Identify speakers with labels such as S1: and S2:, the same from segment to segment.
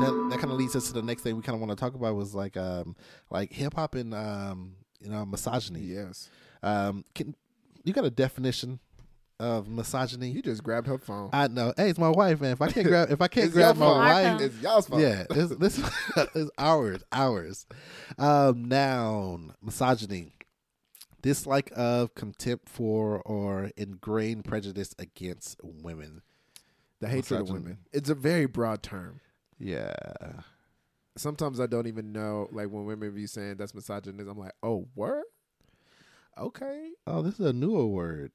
S1: that that kind of leads us to the next thing we kind of want to talk about was like um like hip hop and um you know misogyny.
S2: Yes.
S1: Um, can you got a definition of misogyny?
S2: You just grabbed her phone.
S1: I know. Hey, it's my wife, man. If I can't grab, if I can't
S2: It's
S1: grab
S2: your
S1: my
S2: fault.
S1: wife,
S3: phone.
S2: It's y'all's fault.
S1: yeah, this this is ours, ours. Um, noun, misogyny, dislike of, contempt for, or ingrained prejudice against women.
S2: The hatred of
S1: Misogyny.
S2: women. It's a very broad term.
S1: Yeah,
S2: Sometimes I don't even know, like when women be saying that's misogynist, I'm like, oh, word? Okay.
S1: Oh, this is a newer word.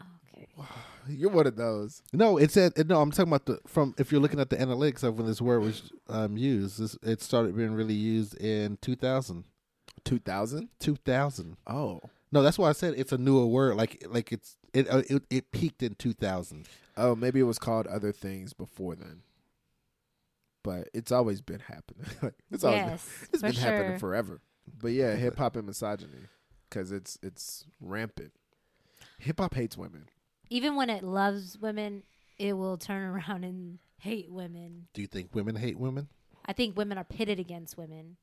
S3: Okay.
S2: You're one of those.
S1: No, it said it- no. I'm talking about the from if you're looking at the analytics of when this word was um, used. This, it started being really used in 2000.
S2: 2000?
S1: 2000.
S2: Oh.
S1: No, that's why I said it's a newer word. Like like it's it uh, it, it peaked in 2000.
S2: Oh, maybe it was called other things before then. But it's always been happening. Like, it's always been-
S3: Yes,
S2: it's
S3: for
S2: been happening
S3: sure.
S2: forever. But yeah, hip hop and misogyny cuz it's it's rampant. Hip hop hates women.
S3: Even when it loves women, it will turn around and hate women.
S1: Do you think women hate women?
S3: I think women are pitted against women.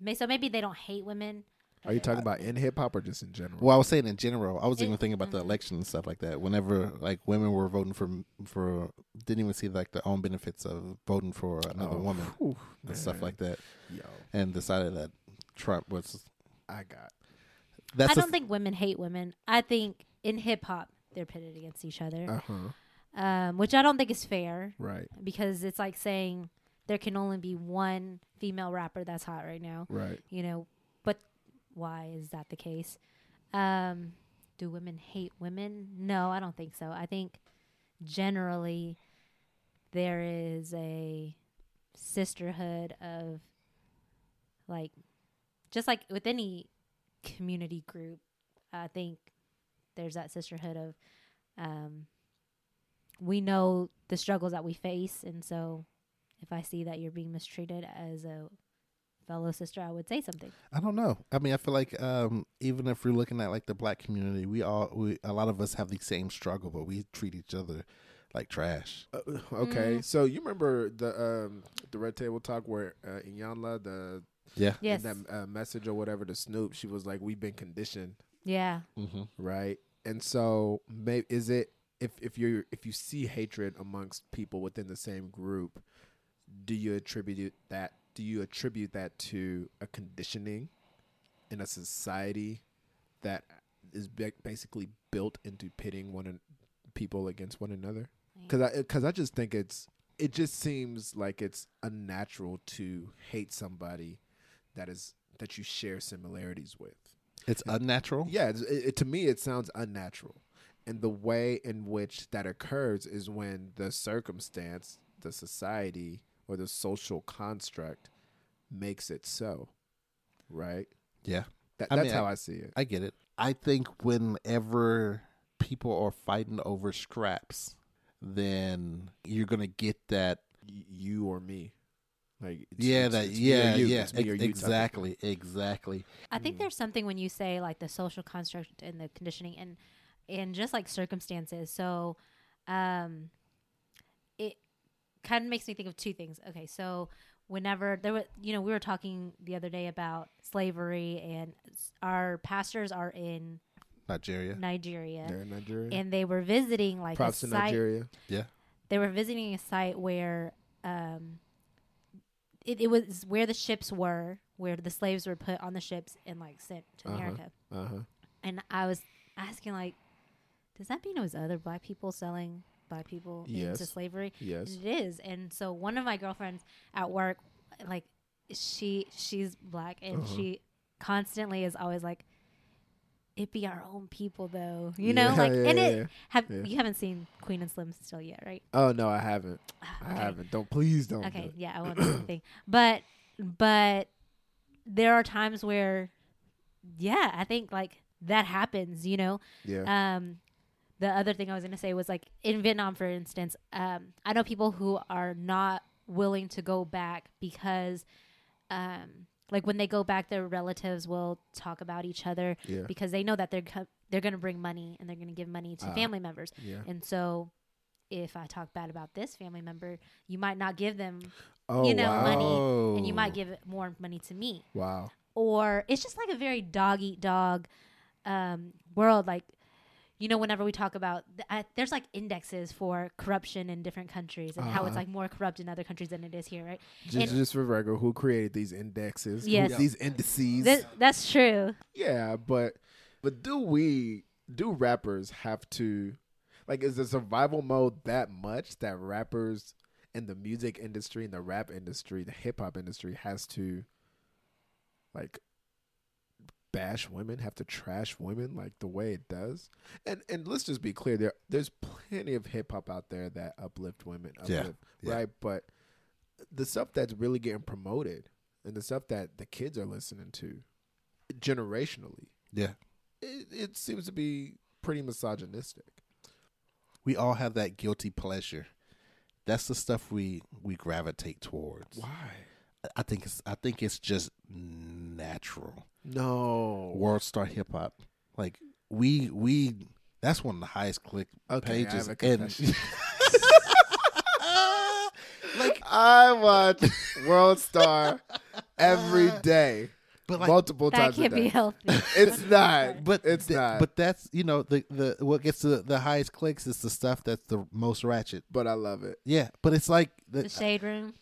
S3: May- So maybe they don't hate women.
S2: Are you talking about in hip hop or just in general?
S1: Well, I was saying in general. I was even
S3: It-
S1: thinking about the election and stuff like that. Whenever like women were voting for for didn't even see like their own benefits of voting for another
S2: Oh,
S1: woman
S2: whew,
S1: and stuff
S2: man.
S1: like that,
S2: Yo,
S1: and decided that Trump was.
S2: I got.
S1: That's
S3: I
S1: a-
S3: don't think women hate women. I think in hip hop they're pitted against each
S2: Uh
S3: other,
S2: huh.
S3: um, which I don't think is fair
S2: Right.
S3: because it's like saying there can only be one female rapper that's hot right now.
S2: Right.
S3: You know, but why is that the case? Um, do women hate women? No, I don't think so. I think generally there is a sisterhood of like just like with any community group i think there's that sisterhood of um, we know the struggles that we face and so if i see that you're being mistreated as a fellow sister i would say something
S1: I don't know. I mean, I feel like um, even if we're looking at like the black community, we all we a lot of us have the same struggle, but we treat each other like trash.
S2: Uh, okay. So you remember the um the Red Table Talk where uh, Iyanla the
S1: Yeah.
S3: yes
S2: that uh, message or whatever to Snoop, she was like, "We've been conditioned,
S3: yeah
S1: Mm-hmm.
S2: right?" And so, may, is it if if you if you see hatred amongst people within the same group, do you attribute that? Do you attribute that to a conditioning in a society that is ba- basically built into pitting one an- people against one another? Because I because I just think it's it just seems like it's unnatural to hate somebody that is that you share similarities with.
S1: It's unnatural.
S2: Yeah, it's- it, it, to me it sounds unnatural, and the way in which that occurs is when the circumstance, the society, or the social construct makes it so, right?
S1: Yeah.
S2: That,
S1: I
S2: that's
S1: mean,
S2: how I see it.
S1: I get it. I think whenever people are fighting over scraps, then you're gonna get that.
S2: Y- you or me, like it's-
S1: yeah,
S2: it's-
S1: that.
S2: it's me or
S1: yeah,
S2: you,
S1: yeah.
S2: it's me or
S1: ex-
S2: you type of thing.
S1: exactly. Exactly.
S3: I think there's something when you say like the social construct and the conditioning and and just like circumstances. So um it kind of makes me think of two things. Okay, so whenever there was you know, we were talking the other day about slavery and s- our pastors are in
S1: Nigeria.
S3: Nigeria
S2: They're in Nigeria.
S3: and they were visiting like
S2: Props
S3: a
S2: to
S3: site
S2: Nigeria.
S1: Yeah.
S3: they were visiting a site where um it, it was where the ships were, where the slaves were put on the ships and like sent to
S2: Uh-huh.
S3: America
S2: Uh huh.
S3: and I was asking like, does that mean it was other black people selling black people
S2: Yes.
S3: into slavery?
S2: Yes.
S3: And it is. And so one of my girlfriends at work, like, she she's black and
S2: Uh-huh.
S3: she constantly is always like, it be our own people though, you know,
S2: Yeah,
S3: like,
S2: yeah,
S3: and
S2: yeah,
S3: it
S2: yeah.
S3: have
S2: Yeah.
S3: you haven't seen Queen and Slim still yet, right?
S2: Oh no, I haven't. I
S3: Okay.
S2: haven't. Don't please don't. do
S3: Okay,
S2: it.
S3: yeah, I won't say anything. But but there are times where, yeah, I think like that happens, you know,
S2: Yeah.
S3: um, the other thing I was gonna say was like in Vietnam, for instance, um, I know people who are not willing to go back because um, like when they go back, their relatives will talk about each other
S2: Yeah.
S3: because they know that they're co- they're going to bring money and they're going to give money to
S2: Ah.
S3: family members.
S2: Yeah.
S3: And so, if I talk bad about this family member, you might not give them,
S2: Oh
S3: know,
S2: wow.
S3: money, and you might
S1: Oh.
S3: give it more money to me.
S2: Wow.
S3: Or it's just like a very dog eat dog um, world. Like, you know, whenever we talk about, th- I, there's like indexes for corruption in different countries and how it's
S2: Uh-huh.
S3: like more corrupt in other countries than it is here, right?
S2: Just,
S3: And-
S2: just for Virgo, who created these indexes? who-
S3: Yes.
S2: These indices.
S3: Th- that's true.
S2: Yeah, but but do we do rappers have to like is the survival mode that much that rappers in the music industry and the rap industry, the hip hop industry has to like bash women, have to trash women like the way it does? And and let's just be clear, there there's plenty of hip hop out there that uplift women,
S1: Yeah,
S2: uplift,
S1: yeah.
S2: right? But the stuff that's really getting promoted and the stuff that the kids are listening to generationally,
S1: Yeah.
S2: it, it seems to be pretty misogynistic.
S1: We all have that guilty pleasure. That's the stuff we we gravitate towards.
S2: Why?
S1: I think it's I think it's just natural.
S2: No.
S1: World Star Hip Hop. Like we we that's one of the highest click
S2: Okay, I
S1: pages
S2: have a
S1: and
S2: confession. like I watch World Star every day,
S1: but like
S2: multiple
S3: That
S2: times a
S3: can't be
S2: day.
S3: healthy.
S2: It's not,
S1: but
S2: but it's
S1: th-
S2: not.
S1: but
S2: But,
S1: that's you know the the what gets the, the highest clicks is the stuff that's the most ratchet.
S2: I love it.
S1: Yeah, but it's like the,
S3: The shade room.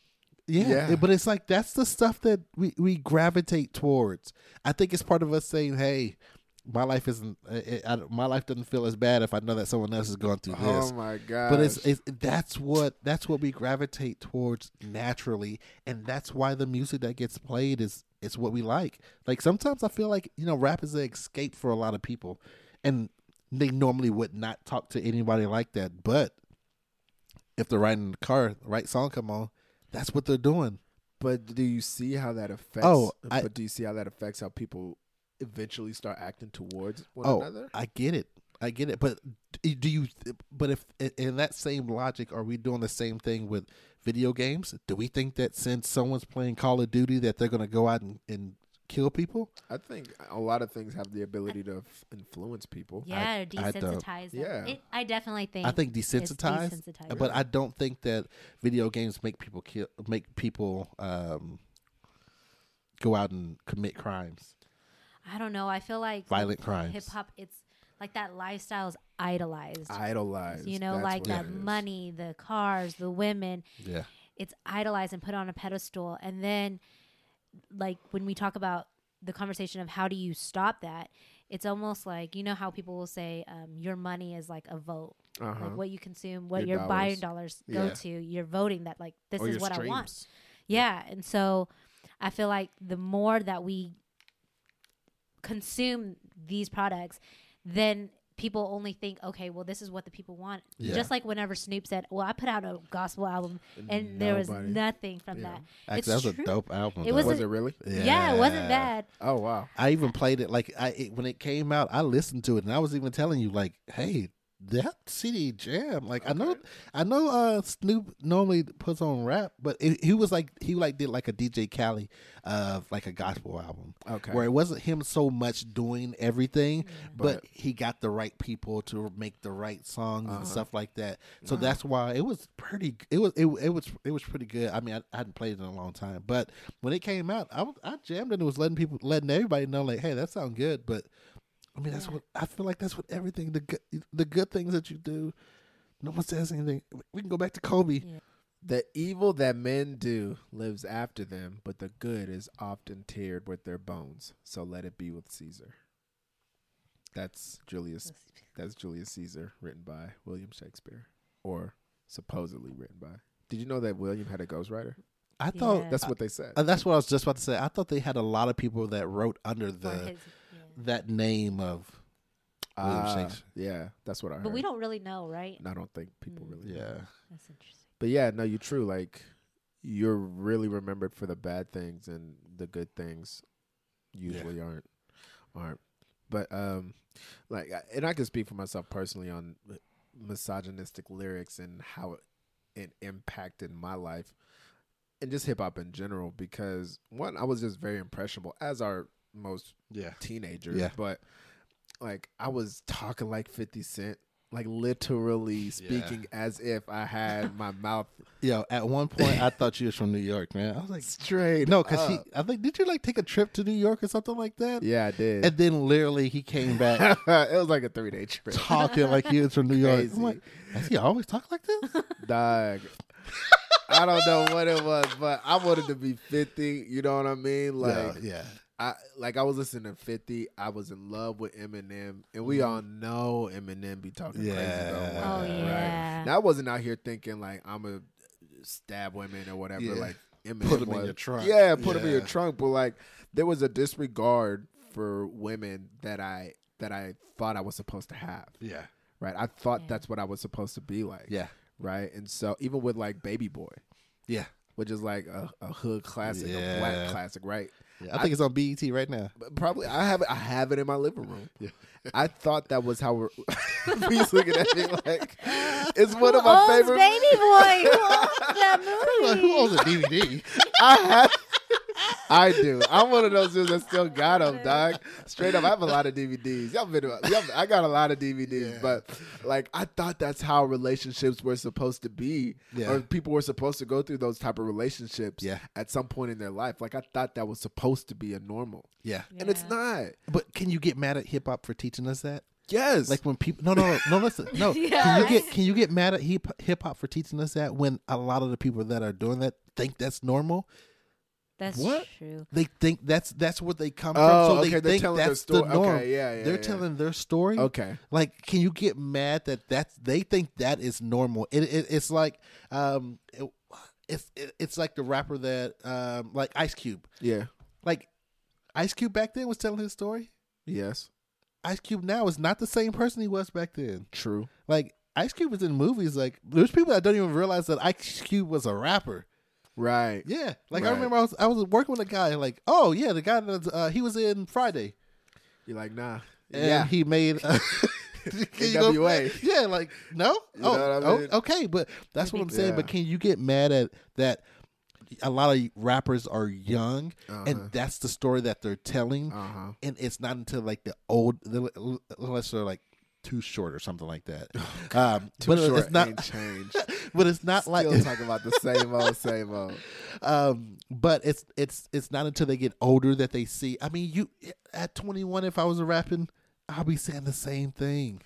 S1: yeah,
S2: Yeah.
S1: but it's like that's the stuff that we we gravitate towards. I think it's part of us saying, "Hey, my life isn't uh, it, I, don't- my life doesn't feel as bad if I know that someone else is going through this."
S2: Oh my god!
S1: but it's, it's that's what that's what we gravitate towards naturally and that's why the music that gets played is is what we like like sometimes i feel like you know rap is an escape for a lot of people and they normally would not talk to anybody like that but if they're riding in the car the right song come on that's what they're doing
S2: But do you see how that affects? uh,
S1: Oh, I-
S2: but do you see how that affects how people eventually start acting towards one
S1: oh
S2: another?
S1: i get it i get it but d- do you but if in that same logic are we doing the same thing with video games do we think that since someone's playing call of duty that they're going to go out and, and kill people
S2: I think a lot of things have the ability to f- influence people.
S3: Yeah, or
S1: I don't-
S3: desensitize them.
S2: Yeah.
S3: It, I definitely think.
S1: i think
S3: it's
S1: desensitized
S3: desensitized.
S1: but i don't think that video games make people kill make people um go out and commit crimes
S3: I don't know. I feel like
S1: violent crimes
S3: hip hop. It's like that lifestyle is idolized.
S2: Idolize,
S3: you know,
S2: that's
S3: like
S2: what
S3: that
S2: it is.
S3: money, the cars, the women.
S1: yeah
S3: It's idolized and put on a pedestal. And then, like when we talk about the conversation of how do you stop that, it's almost like you know how people will say um, your money is like a vote.
S2: Uh-huh.
S3: Like what you consume, what your,
S2: Your
S3: buying dollars go
S2: Yeah.
S3: to, you're voting that like this
S2: Or
S3: is
S2: your
S3: what I want.
S2: streams.
S3: Yeah. And so I feel like the more that we consume these products, then people only think, okay, well, this is what the people want.
S2: Yeah.
S3: Just like whenever Snoop said, well, I put out a gospel album and there was
S2: Nobody-
S3: nothing from
S2: Yeah.
S3: that.
S1: actually
S3: It's
S1: that was
S3: true.
S1: a dope album
S3: It
S1: though.
S3: was
S2: Was it really?
S3: Yeah. it wasn't bad.
S2: Oh wow!
S1: I even played it like I it, when it came out. I listened to it, and I was even telling you like, "Hey, that CD jam!" Like I know, I know. Uh, Snoop normally puts on rap, but it, he was like he like did like a DJ Cali of uh, like a gospel album,
S2: Okay.
S1: where it wasn't him so much doing everything, but,
S2: But- Uh-huh.
S1: he got the right people to make the right songs and stuff like that. So that's why it was pretty. It was it, it was it was pretty good. I mean, I, I hadn't played it in a long time, but when it came out, I was, I jammed it and was letting people letting everybody know like, hey, that sounds good. But I mean, that's
S3: Yeah.
S1: what I feel like. That's what everything the good the good things that you do. No one says anything. We can go back to Kobe.
S2: The evil that men do lives after them, but the good is often tiered with their bones. So let it be with Caesar. That's Julius. That's Julius Caesar, written by William Shakespeare, or supposedly written by. Did you know that William had a ghostwriter?
S1: I thought
S3: Yeah.
S2: That's what they said.
S1: uh, that's what I was just about to say. I thought they had a lot of people that wrote under
S3: for
S1: the
S3: his- yeah.
S1: that name of William
S2: Ah,
S1: Shakespeare.
S2: Yeah, that's what I heard.
S3: But we don't really know, right?
S2: And I don't think people
S3: Mm.
S2: really. know.
S1: yeah.
S3: That's interesting.
S2: But yeah, no, you're true. Like you're really remembered for the bad things, and the good things usually aren't aren't. But um, like, I- and I can speak for myself personally on misogynistic lyrics and how it impacted my life. and just hip hop in general because one, I was just very impressionable, as are most
S1: Yeah.
S2: teenagers.
S1: Yeah.
S2: But like I was talking like Fifty Cent, like literally speaking as if I had my mouth
S1: Yo, at one point I thought you was from New York, man. I was like,
S2: straight.
S1: no, because he,
S2: up.
S1: I think, did you like take a trip to New York or something like that?
S2: yeah, I did.
S1: And then literally he came back
S2: it was like a three day trip.
S1: talking like he was from New York.
S2: Crazy.
S1: I'm like, does he always talk like this?
S2: Dog. I don't know what it was, but I wanted to be fifty. You know what I mean? Like,
S1: No, yeah.
S2: I like I was listening to Fifty. I was in love with Eminem, and we all know Eminem be talking crazy. About women,
S1: Mm-hmm. Yeah.
S3: Oh
S1: Right.
S3: yeah.
S2: Now I wasn't out here thinking like I'm a stab women or whatever.
S1: Yeah.
S2: Like Eminem
S1: Put 'em in
S2: was.
S1: your trunk.
S2: Yeah, put them in your
S1: Yeah.
S2: trunk. But like there was a disregard for women that I that I thought I was supposed to have.
S1: Yeah.
S2: Right, I thought
S3: Yeah.
S2: that's what I was supposed to be like.
S1: Yeah.
S2: Right, and so even with like Baby Boy,
S1: Yeah.
S2: which is like a, a hood classic, a
S1: Yeah.
S2: black classic, right?
S1: I think it's on BET right now.
S2: But Probably I have it. I have it in my living room. I thought that was how we're. He's looking at me like it's one
S3: Who
S2: of my
S3: owns
S2: favorite.
S3: Baby Boy? Who owns that
S1: Like,
S3: movie?
S1: who owns a DVD?
S2: I have. I do. I'm one of those dudes that still got them, dog. Straight up, I have a lot of DVDs. Y'all been, y'all, I got a lot of DVDs,
S1: Yeah.
S2: but like I thought that's how relationships were supposed to be,
S1: Yeah.
S2: or people were supposed to go through those type of relationships
S1: Yeah.
S2: at some point in their life. Like I thought that was supposed to be a normal,
S1: yeah.
S2: and it's
S3: Yeah.
S2: not.
S1: But can you get mad at hip hop for teaching us that?
S2: Yes,
S1: Like when people no no no, no listen no can you
S3: Yes.
S1: get can you get mad at hip hip hop for teaching us that when a lot of the people that are doing that think that's normal
S3: That's
S1: What?
S3: true.
S1: they think that's that's where they come
S2: Oh,
S1: from so
S2: okay,
S1: they
S2: they're
S1: think
S2: telling their
S1: that's
S2: story.
S1: the norm
S2: Okay, yeah, yeah,
S1: they're
S2: yeah.
S1: telling their story
S2: okay.
S1: like can you get mad that that's they think that is normal it, it it's like um it, it's it, it's like the rapper that um like Ice Cube
S2: Yeah.
S1: like Ice Cube back then was telling his story
S2: Yes.
S1: Ice Cube now is not the same person he was back then
S2: True.
S1: Like Ice Cube was in movies. Like there's people that don't even realize that Ice Cube was a rapper.
S2: Right.
S1: Yeah. Like I
S2: Right.
S1: remember I was I was working with a guy. Like oh yeah, the guy that uh, he was in Friday.
S2: You're like, nah.
S1: And
S2: yeah.
S1: He made. Uh, can you go-
S2: NWA.
S1: yeah. Like no.
S2: know
S1: oh,
S2: what I mean?
S1: oh, okay. But that's what I'm saying.
S2: Yeah.
S1: But can you get mad at that? A lot of rappers are young,
S2: Uh-huh.
S1: and that's the story that they're telling.
S2: uh huh.
S1: and it's not until like the old the- unless they're like too short or something like that. Um, but
S2: Sure,
S1: it's not.
S2: ain't changed.
S1: But it's not like
S2: Still talking about the same old, same old.
S1: um but it's it's it's not until they get older that they see i mean you at 21 if i was rapping i'll be saying the same thing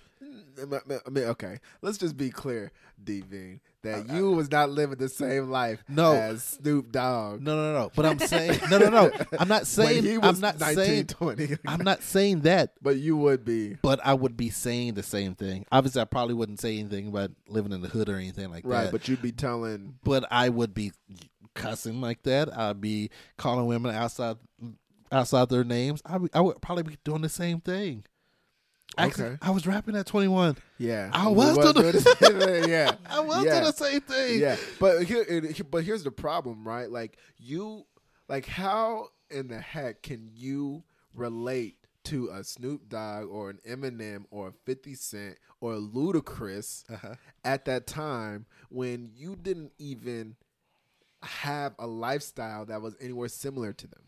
S2: I mean, okay. Let's just be clear, D. Veen, that you was not living the same life
S1: No.
S2: as Snoop Dogg.
S1: no no no but i'm saying no no no i'm not
S2: when he
S1: saying
S2: was
S1: i'm not
S2: 19,
S1: saying
S2: 20.
S1: i'm not saying that
S2: but you would be.
S1: but i would be saying the same thing obviously i probably wouldn't say anything about living in the hood or anything like
S2: Right.
S1: that
S2: But you'd be telling.
S1: but I would be cussing like that. I'd be calling women outside outside their names. I would, I would probably be doing the same thing. Actually,
S2: Okay.
S1: I was rapping at 21.
S2: Yeah.
S1: I
S2: we
S1: was
S2: was
S1: doing
S2: doing the same thing, yeah.
S1: I was
S2: yeah.
S1: doing the same thing.
S2: yeah but here and he- but here's the problem right like you like how in the heck can you relate to a Snoop Dogg or an Eminem or a 50 Cent or a Ludacris at that time when you didn't even have a lifestyle that was anywhere similar to them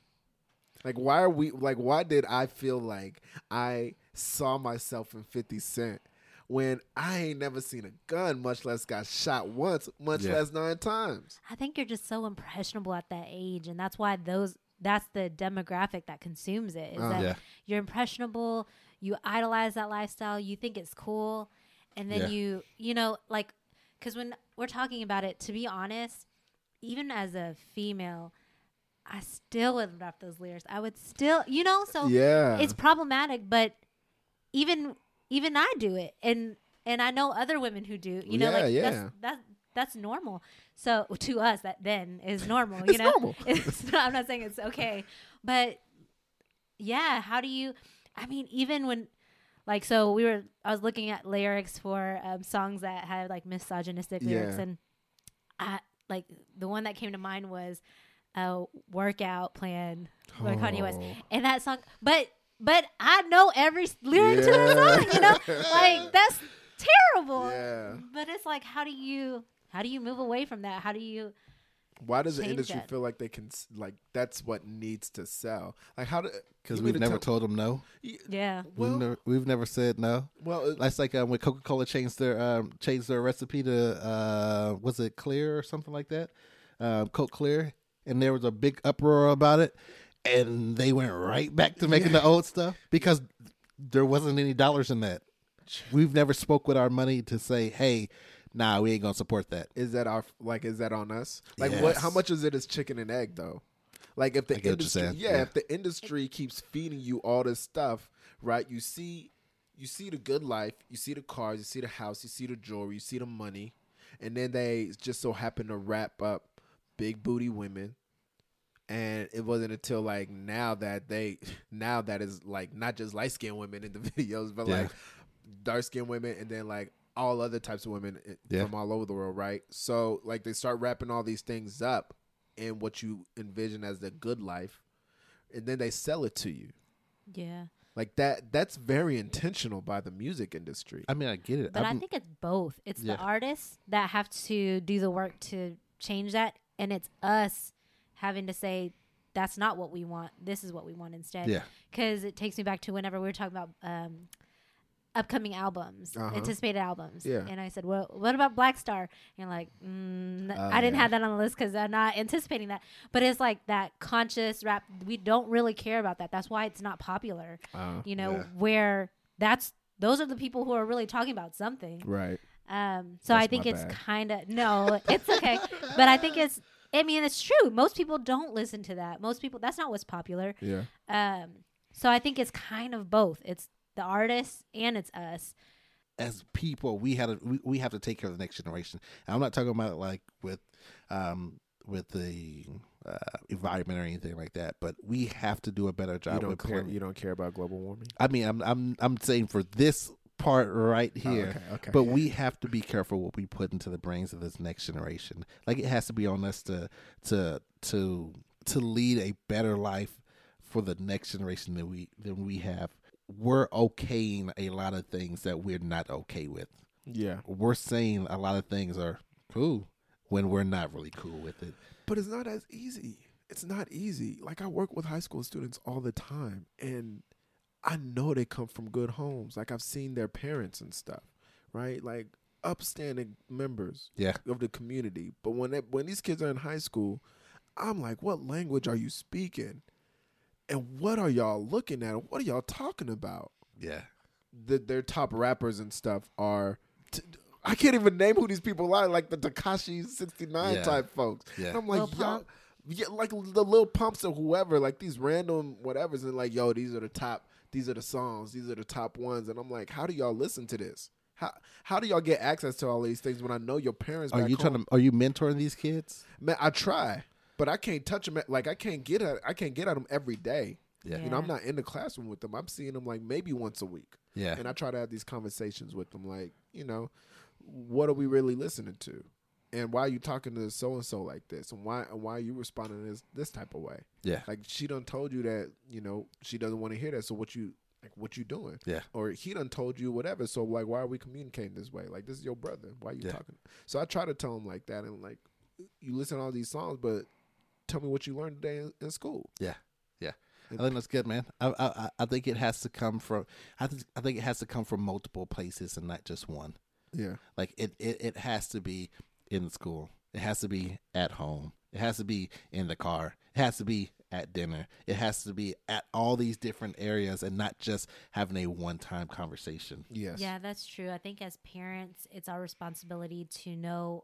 S2: like why are we like why did I feel like I saw myself in 50 Cent when I ain't never seen a gun, much less got shot once, much
S1: Yeah.
S2: less nine times.
S3: I think you're just so impressionable at that age, and that's why those that's the demographic that consumes it. Is
S2: Uh,
S3: that
S1: yeah.
S3: you're impressionable, you idolize that lifestyle, you think it's cool, and then
S1: Yeah.
S3: you you know like because when we're talking about it, to be honest, even as a female, I still would rap those lyrics. I would still you know so
S2: Yeah.
S3: Oh, it's problematic, but even even I do it, and and I know other women who do. You know,
S2: Yeah,
S3: like
S2: yeah.
S3: that's that that's normal. So to us, that then is normal. You
S2: It's
S3: know,
S2: normal.
S3: It's not, I'm not saying it's okay, but yeah, how do you? I mean, even when like so we were, I was looking at lyrics for um, songs that had like misogynistic lyrics,
S2: Yeah.
S3: and I like the one that came to mind was a workout plan by Kanye West,
S2: Oh.
S3: and that song. But but I know every s- lyric to that song. You know, like that's terrible.
S2: Yeah.
S3: But it's like, how do you how do you move away from that? How do you
S2: Why does the
S3: change
S2: industry
S3: it.
S2: feel like they can s- like that's what needs to sell? Like how do
S1: because
S2: you
S1: we've
S2: mean to
S1: never
S2: tell-
S1: told them no.
S2: Y-
S3: Yeah.
S1: we've
S2: Well,
S1: never, we've never said no.
S2: well, it-
S1: That's like um, when Coca Cola changed their um, changed their recipe to uh, was it clear or something like that, um, Coke Clear, and there was a big uproar about it, and they went right back to making the old stuff because there wasn't any dollars in that. We've never spoke with our money to say, hey, nah, we ain't gonna support that.
S2: is that our like is that on us? Like what? How
S1: Yes.
S2: much is it as chicken and egg though? Like if the
S1: I get what you're
S2: industry,
S1: saying,
S2: yeah,
S1: yeah.
S2: if the industry keeps feeding you all this stuff, right? You see, you see the good life, you see the cars, you see the house, you see the jewelry, you see the money, and then they just so happen to wrap up big booty women. And it wasn't until like now that they now that is like not just light skinned women in the videos, but
S1: Yeah.
S2: like dark skinned women and then like all other types of women i-
S1: Yeah.
S2: from all over the world, right? So like they start wrapping all these things up in what you envision as the good life, and then they sell it to you.
S3: Yeah.
S2: Like that that's very intentional by the music industry.
S1: I mean, I get it.
S3: But i
S1: I'm-
S3: think it's both. It's
S1: Yeah.
S3: the artists that have to do the work to change that, and it's us having to say that's not what we want. This is what we want instead.
S1: yeah,
S3: Because it takes me back to whenever we were talking about um, upcoming albums,
S2: Uh-huh.
S3: anticipated albums.
S2: Yeah.
S3: And I said, well, what about Black Star? And you're like, mm,
S2: Oh,
S3: I didn't
S2: yeah.
S3: have that on the list because I'm not anticipating that. But it's like that conscious rap. We don't really care about that. That's why it's not popular. You know,
S1: Uh, Yeah.
S3: where that's those are the people who are really talking about something.
S2: right.
S3: Um, so
S2: That's
S3: I think
S2: my
S3: it's
S2: bad.
S3: kind of no, it's okay, but I think it's. I mean, it's true. Most people don't listen to that. Most people, that's not what's popular.
S2: Yeah.
S3: Um, so I think it's kind of both. It's the artists and it's us.
S1: as people, we had to, we, we have to take care of the next generation. And I'm not talking about like with um with the uh, environment or anything like that, but we have to do a better
S2: You
S1: job
S2: don't
S1: with
S2: care
S1: planning.
S2: you don't care about global warming?
S1: I mean, I'm I'm I'm saying for this part right
S2: Oh,
S1: here.
S2: okay, okay.
S1: But we have to be careful what we put into the brains of this next generation. Like it has to be on us to to to to lead a better life for the next generation that we than we have. We're okaying a lot of things that we're not okay with.
S2: yeah.
S1: We're saying a lot of things are cool when we're not really cool with it.
S2: But it's not as easy. It's not easy. Like I work with high school students all the time and I know they come from good homes. Like I've seen their parents and stuff, right? Like upstanding members
S1: Yeah.
S2: of the community. But when they, when these kids are in high school, I'm like, what language are you speaking? And what are y'all looking at? What are y'all talking about?
S1: Yeah.
S2: the, their top rappers and stuff are. T- I can't even name who these people are, like the Takashi sixty nine
S1: Yeah.
S2: type folks.
S1: Yeah.
S2: And I'm like,
S3: Lil
S2: y'all,
S3: Pump.
S2: yeah, like the little pumps or whoever, like these random whatevers, and like, yo, these are the top, these are the songs, these are the top ones, and I'm like, how do y'all listen to this? How how do y'all get access to all these things when I know your parents?
S1: Are
S2: back
S1: you
S2: home?
S1: trying to are you mentoring these kids?
S2: Man, I try, but I can't touch them. Like I can't get at, I can't get at them every day.
S1: Yeah.
S2: You know, I'm not in the classroom with them. I'm seeing them like maybe once a week.
S1: Yeah.
S2: And I try to have these conversations with them, like, you know, what are we really listening to? And why are you talking to so and so like this? And why and why are you responding this this type of way?
S1: Yeah.
S2: Like she done told you that, you know, she doesn't want to hear that. So what you like what you doing?
S1: Yeah.
S2: Or he done told you whatever. So like why are we communicating this way? Like this is your brother. Why are you
S1: Yeah.
S2: talking? So I try to tell him like that and like you listen to all these songs, but tell me what you learned today in, in school.
S1: I think that's good, man. I, I I- I think it has to come from I think I think it has to come from multiple places and not just one.
S2: Yeah.
S1: Like it it, it has to be in school. It has to be at home. It has to be in the car. It has to be at dinner. It has to be at all these different areas and not just having a one time conversation.
S2: Yes.
S3: Yeah, that's true. I think as parents, it's our responsibility to know,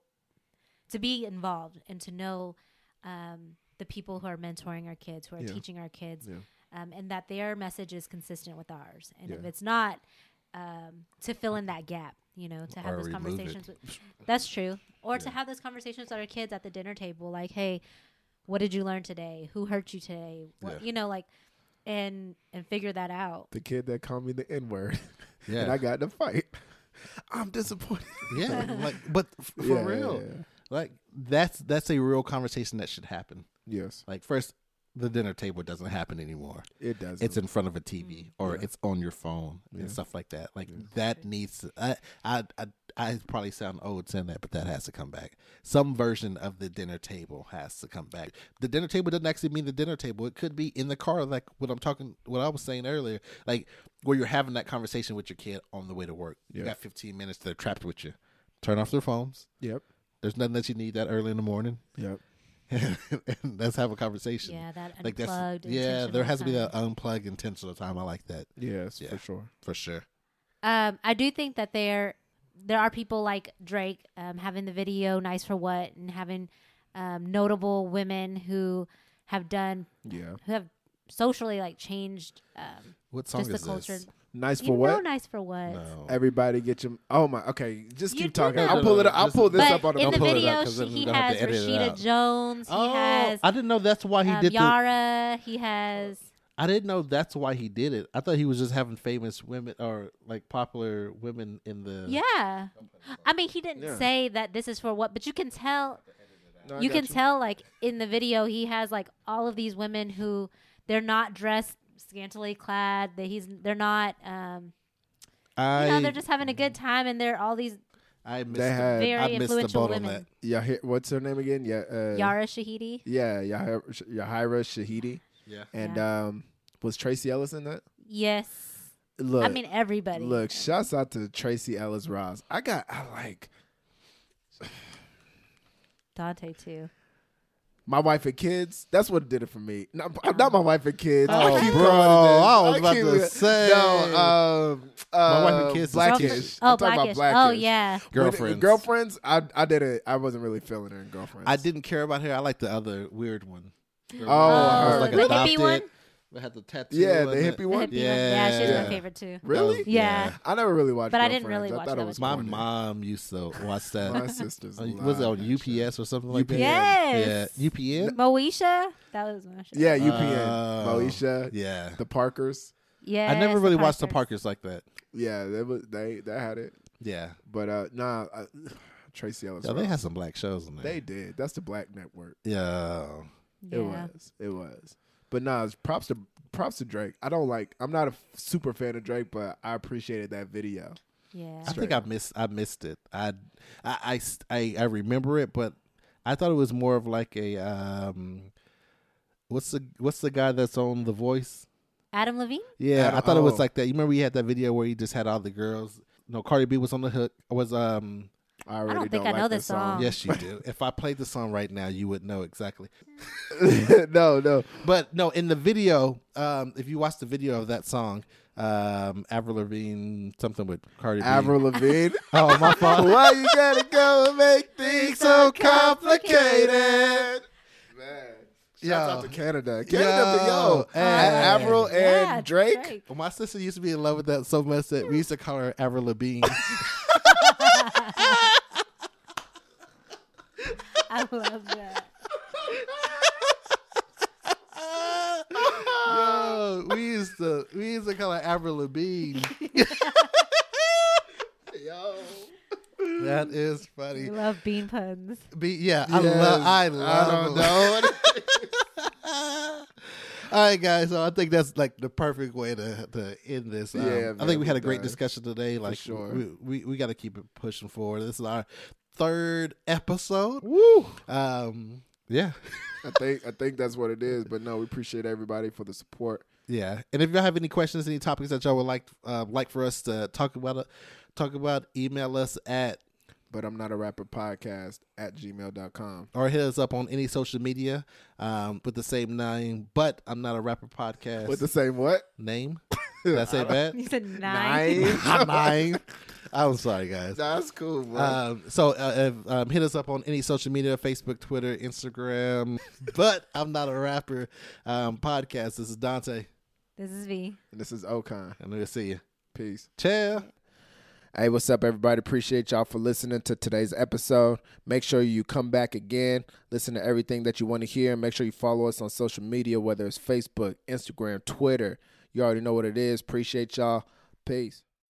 S3: to be involved, and to know um, the people who are mentoring our kids, who are
S2: Yeah.
S3: teaching our kids,
S2: Yeah.
S3: um, and that their message is consistent with ours. And if
S2: Yeah.
S3: it's not, um, to fill in that gap, you know, to have
S1: Or
S3: those
S1: remove it.
S3: conversations. With, that's true. Or to have those conversations with our kids at the dinner table, like, hey, what did you learn today? Who hurt you today? What,
S1: Yeah.
S3: You know, like, and and figure that out.
S2: The kid that called me the N word.
S1: Yeah.
S2: and I got in a fight. I'm disappointed.
S1: yeah. Like but f- for
S2: Yeah,
S1: real.
S2: yeah, yeah.
S1: Like that's that's a real conversation that should happen.
S2: Yes,
S1: Like first the dinner table doesn't happen anymore.
S2: it does.
S1: it's in front of a TV or
S2: Mm. Yeah.
S1: it's on your phone
S2: Yeah.
S1: and stuff like that. Like
S2: Yeah.
S1: that needs. To, I, I I I probably sound old saying that, but that has to come back. Some version of the dinner table has to come back. The dinner table doesn't actually mean the dinner table. It could be in the car, like what I'm talking, what I was saying earlier, like where you're having that conversation with your kid on the way to work. You
S2: Yeah.
S1: got 15 minutes. They're trapped with you. Turn off their phones.
S2: Yep.
S1: There's nothing that you need that early in the morning.
S2: Yep.
S1: and let's have a conversation.
S3: Yeah, that unplugged.
S1: like that's yeah. There
S3: intentional
S1: has to be
S3: time.
S1: that unplugged intentional time. I like that
S2: Yes,
S1: Yeah.
S2: for sure.
S1: for sure.
S3: Um, I do think that there there are people like Drake um, having the video "Nice for What" and having um, notable women who have done
S2: Yeah.
S3: who have socially like changed um,
S1: What song
S3: just the
S1: is
S3: culture.
S1: this?
S2: Nice
S3: You
S2: for
S3: know,
S2: what?
S3: "Nice for What."
S1: No.
S2: Everybody get your. Oh my. Okay, just
S3: You
S2: keep
S3: do
S2: talking.
S3: know.
S2: I'll pull it up. I'll pull this
S3: but
S2: up on
S3: in
S1: Don't
S3: the
S1: pull it up,
S3: video,
S1: 'cause
S3: she,
S1: then we
S3: he
S1: don't have
S3: has
S1: to edit it
S3: Rashida
S1: out.
S3: Jones. He has
S1: Oh, I didn't know that's why he
S3: um,
S1: did the.
S3: Yara. He has
S1: I didn't know that's why he did it. I thought he was just having famous women or like popular women in the.
S3: yeah. I mean, he didn't
S2: Yeah.
S3: say that this is for what, but you can tell
S2: No, I
S3: you
S2: got
S3: can tell like in the video he has like all of these women who they're not dressed scantily clad that he's they're not um you
S1: I
S3: know they're just having a good time and they're all these
S1: I missed.
S2: They
S1: the-
S2: had-
S3: very
S1: I missed the
S3: influential
S1: boat on
S3: women
S1: that.
S2: Yeah. he- What's her name again? Yeah. Uh,
S3: yara shahidi
S2: Yeah. Yahira, Yahira Shahidi
S1: Yeah.
S2: and um, was Tracy Ellis in that?
S3: yes
S2: Look.
S3: i mean everybody
S2: Look, shouts out to Tracy Ellis Ross. I got, I like
S3: dante too
S2: my wife and kids. That's what did it for me. Not, not my wife and kids. I
S1: Oh,
S2: keep
S1: bro,
S2: calling it this.
S1: I was about
S2: keep-
S1: to say.
S2: No, um, uh,
S1: wife and kids is
S2: Blackish.
S1: Blackish.
S3: oh
S2: I'm talking
S3: blackish.
S2: about Blackish.
S3: oh yeah
S2: When it-
S1: Girlfriends.
S2: Girlfriends. I, I didn't. I wasn't really feeling her in girlfriends.
S1: I didn't care about her. I like the other weird one. Oh,
S2: I
S3: oh
S2: was like
S3: the hippie one
S1: That had the tattoo.
S2: Yeah,
S1: on
S2: the
S1: it.
S2: hippie
S3: the hippie
S2: one.
S3: one yeah she's
S1: Yeah.
S3: my favorite too
S2: Really?
S3: Yeah.
S2: I never really watched.
S3: But I didn't
S2: Girlfriends.
S3: really
S2: I
S3: watch
S2: thought
S3: that
S2: it
S3: one.
S2: was
S1: My
S2: corny.
S1: mom used to watch that.
S2: My sisters.
S1: Uh, was it
S2: love
S1: on
S2: that shit.
S1: UPS or something like that?
S3: Yes.
S1: Yeah, UPN.
S3: moesha that was my show.
S2: Yeah, UPN.
S1: Oh.
S2: Moesha.
S1: Yeah,
S2: The Parkers.
S3: yeah
S1: I never really watched the Parkers like that.
S2: Yeah, they was they they had it.
S1: Yeah,
S2: But uh nah, uh, Tracy Ellis.
S1: yeah, they
S2: Ross.
S1: had some black shows in there.
S2: They did. That's the Black Network.
S1: yeah,
S2: It
S3: yeah
S2: was. It was. But nah, it's props to props to Drake. I don't like. I'm not a f- super fan of Drake, but I appreciated that video.
S3: yeah
S1: I think I missed. I missed it. I, I, I s- I- I remember it, but I thought it was more of like a um, what's the what's the guy that's on The Voice?
S3: adam levine
S1: Yeah,
S2: Adam-
S1: I thought it was
S2: oh.
S1: like that. You remember he had that video where he just had all the girls. No, Cardi B was on the hook. Was um,
S2: I, already
S3: don't think I
S2: like
S3: know
S2: this
S3: this song.
S1: yes, you do. If I played the song right now, you would know exactly.
S2: no, no.
S1: But no, in the video, um, if you watch the video of that song, um, Avril Lavigne, something with Cardi B.
S2: Avril Lavigne.
S1: oh, my fault.
S2: Why you gotta go make things so complicated? Man. Shout
S1: Yo.
S2: out to Canada. Canada, yo.
S1: Hey.
S2: A- Avril and
S3: Yeah,
S2: Drake.
S1: My sister used to be in love with that so much that we used to call her Avril Lavigne.
S3: I love that.
S1: Yo, we used to we used to call her Avril Lavigne.
S2: Yo.
S1: That is funny.
S3: We love bean puns.
S1: Be, yeah, I love. I love.
S2: I don't know.
S1: All right, guys. So I think that's like the perfect way to, to end this. Um,
S2: Yeah,
S1: I
S2: man,
S1: think we had a great
S2: done.
S1: discussion today. Like,
S2: sure.
S1: we we, we got to keep it pushing forward. This is our third episode.
S2: Woo.
S1: Um, yeah,
S2: I think I think that's what it is. But no, we appreciate everybody for the support.
S1: yeah. And if y'all have any questions, any topics that y'all would like uh, like for us to talk about, uh, talk about, email us at
S2: But I'm not a rapper podcast at gmail.com.
S1: or hit us up on any social media um, with the same name. But I'm not a rapper podcast
S2: With the same what?
S1: name. Did I say that?
S3: You said nine.
S2: Nine.
S1: nine. I'm sorry, guys.
S2: that's cool, bro.
S1: Um, so uh, if, um, hit us up on any social media Facebook, Twitter, Instagram. But I'm not a rapper um, podcast. This is Dante,
S3: This is V.
S2: and this is Ocon.
S1: and we'll see you.
S2: Peace.
S1: Ciao.
S2: Hey, what's up, everybody? Appreciate y'all for listening to today's episode. Make sure you come back again, listen to everything that you want to hear, and make sure you follow us on social media, whether it's Facebook, Instagram, Twitter. You already know what it is. Appreciate y'all. Peace.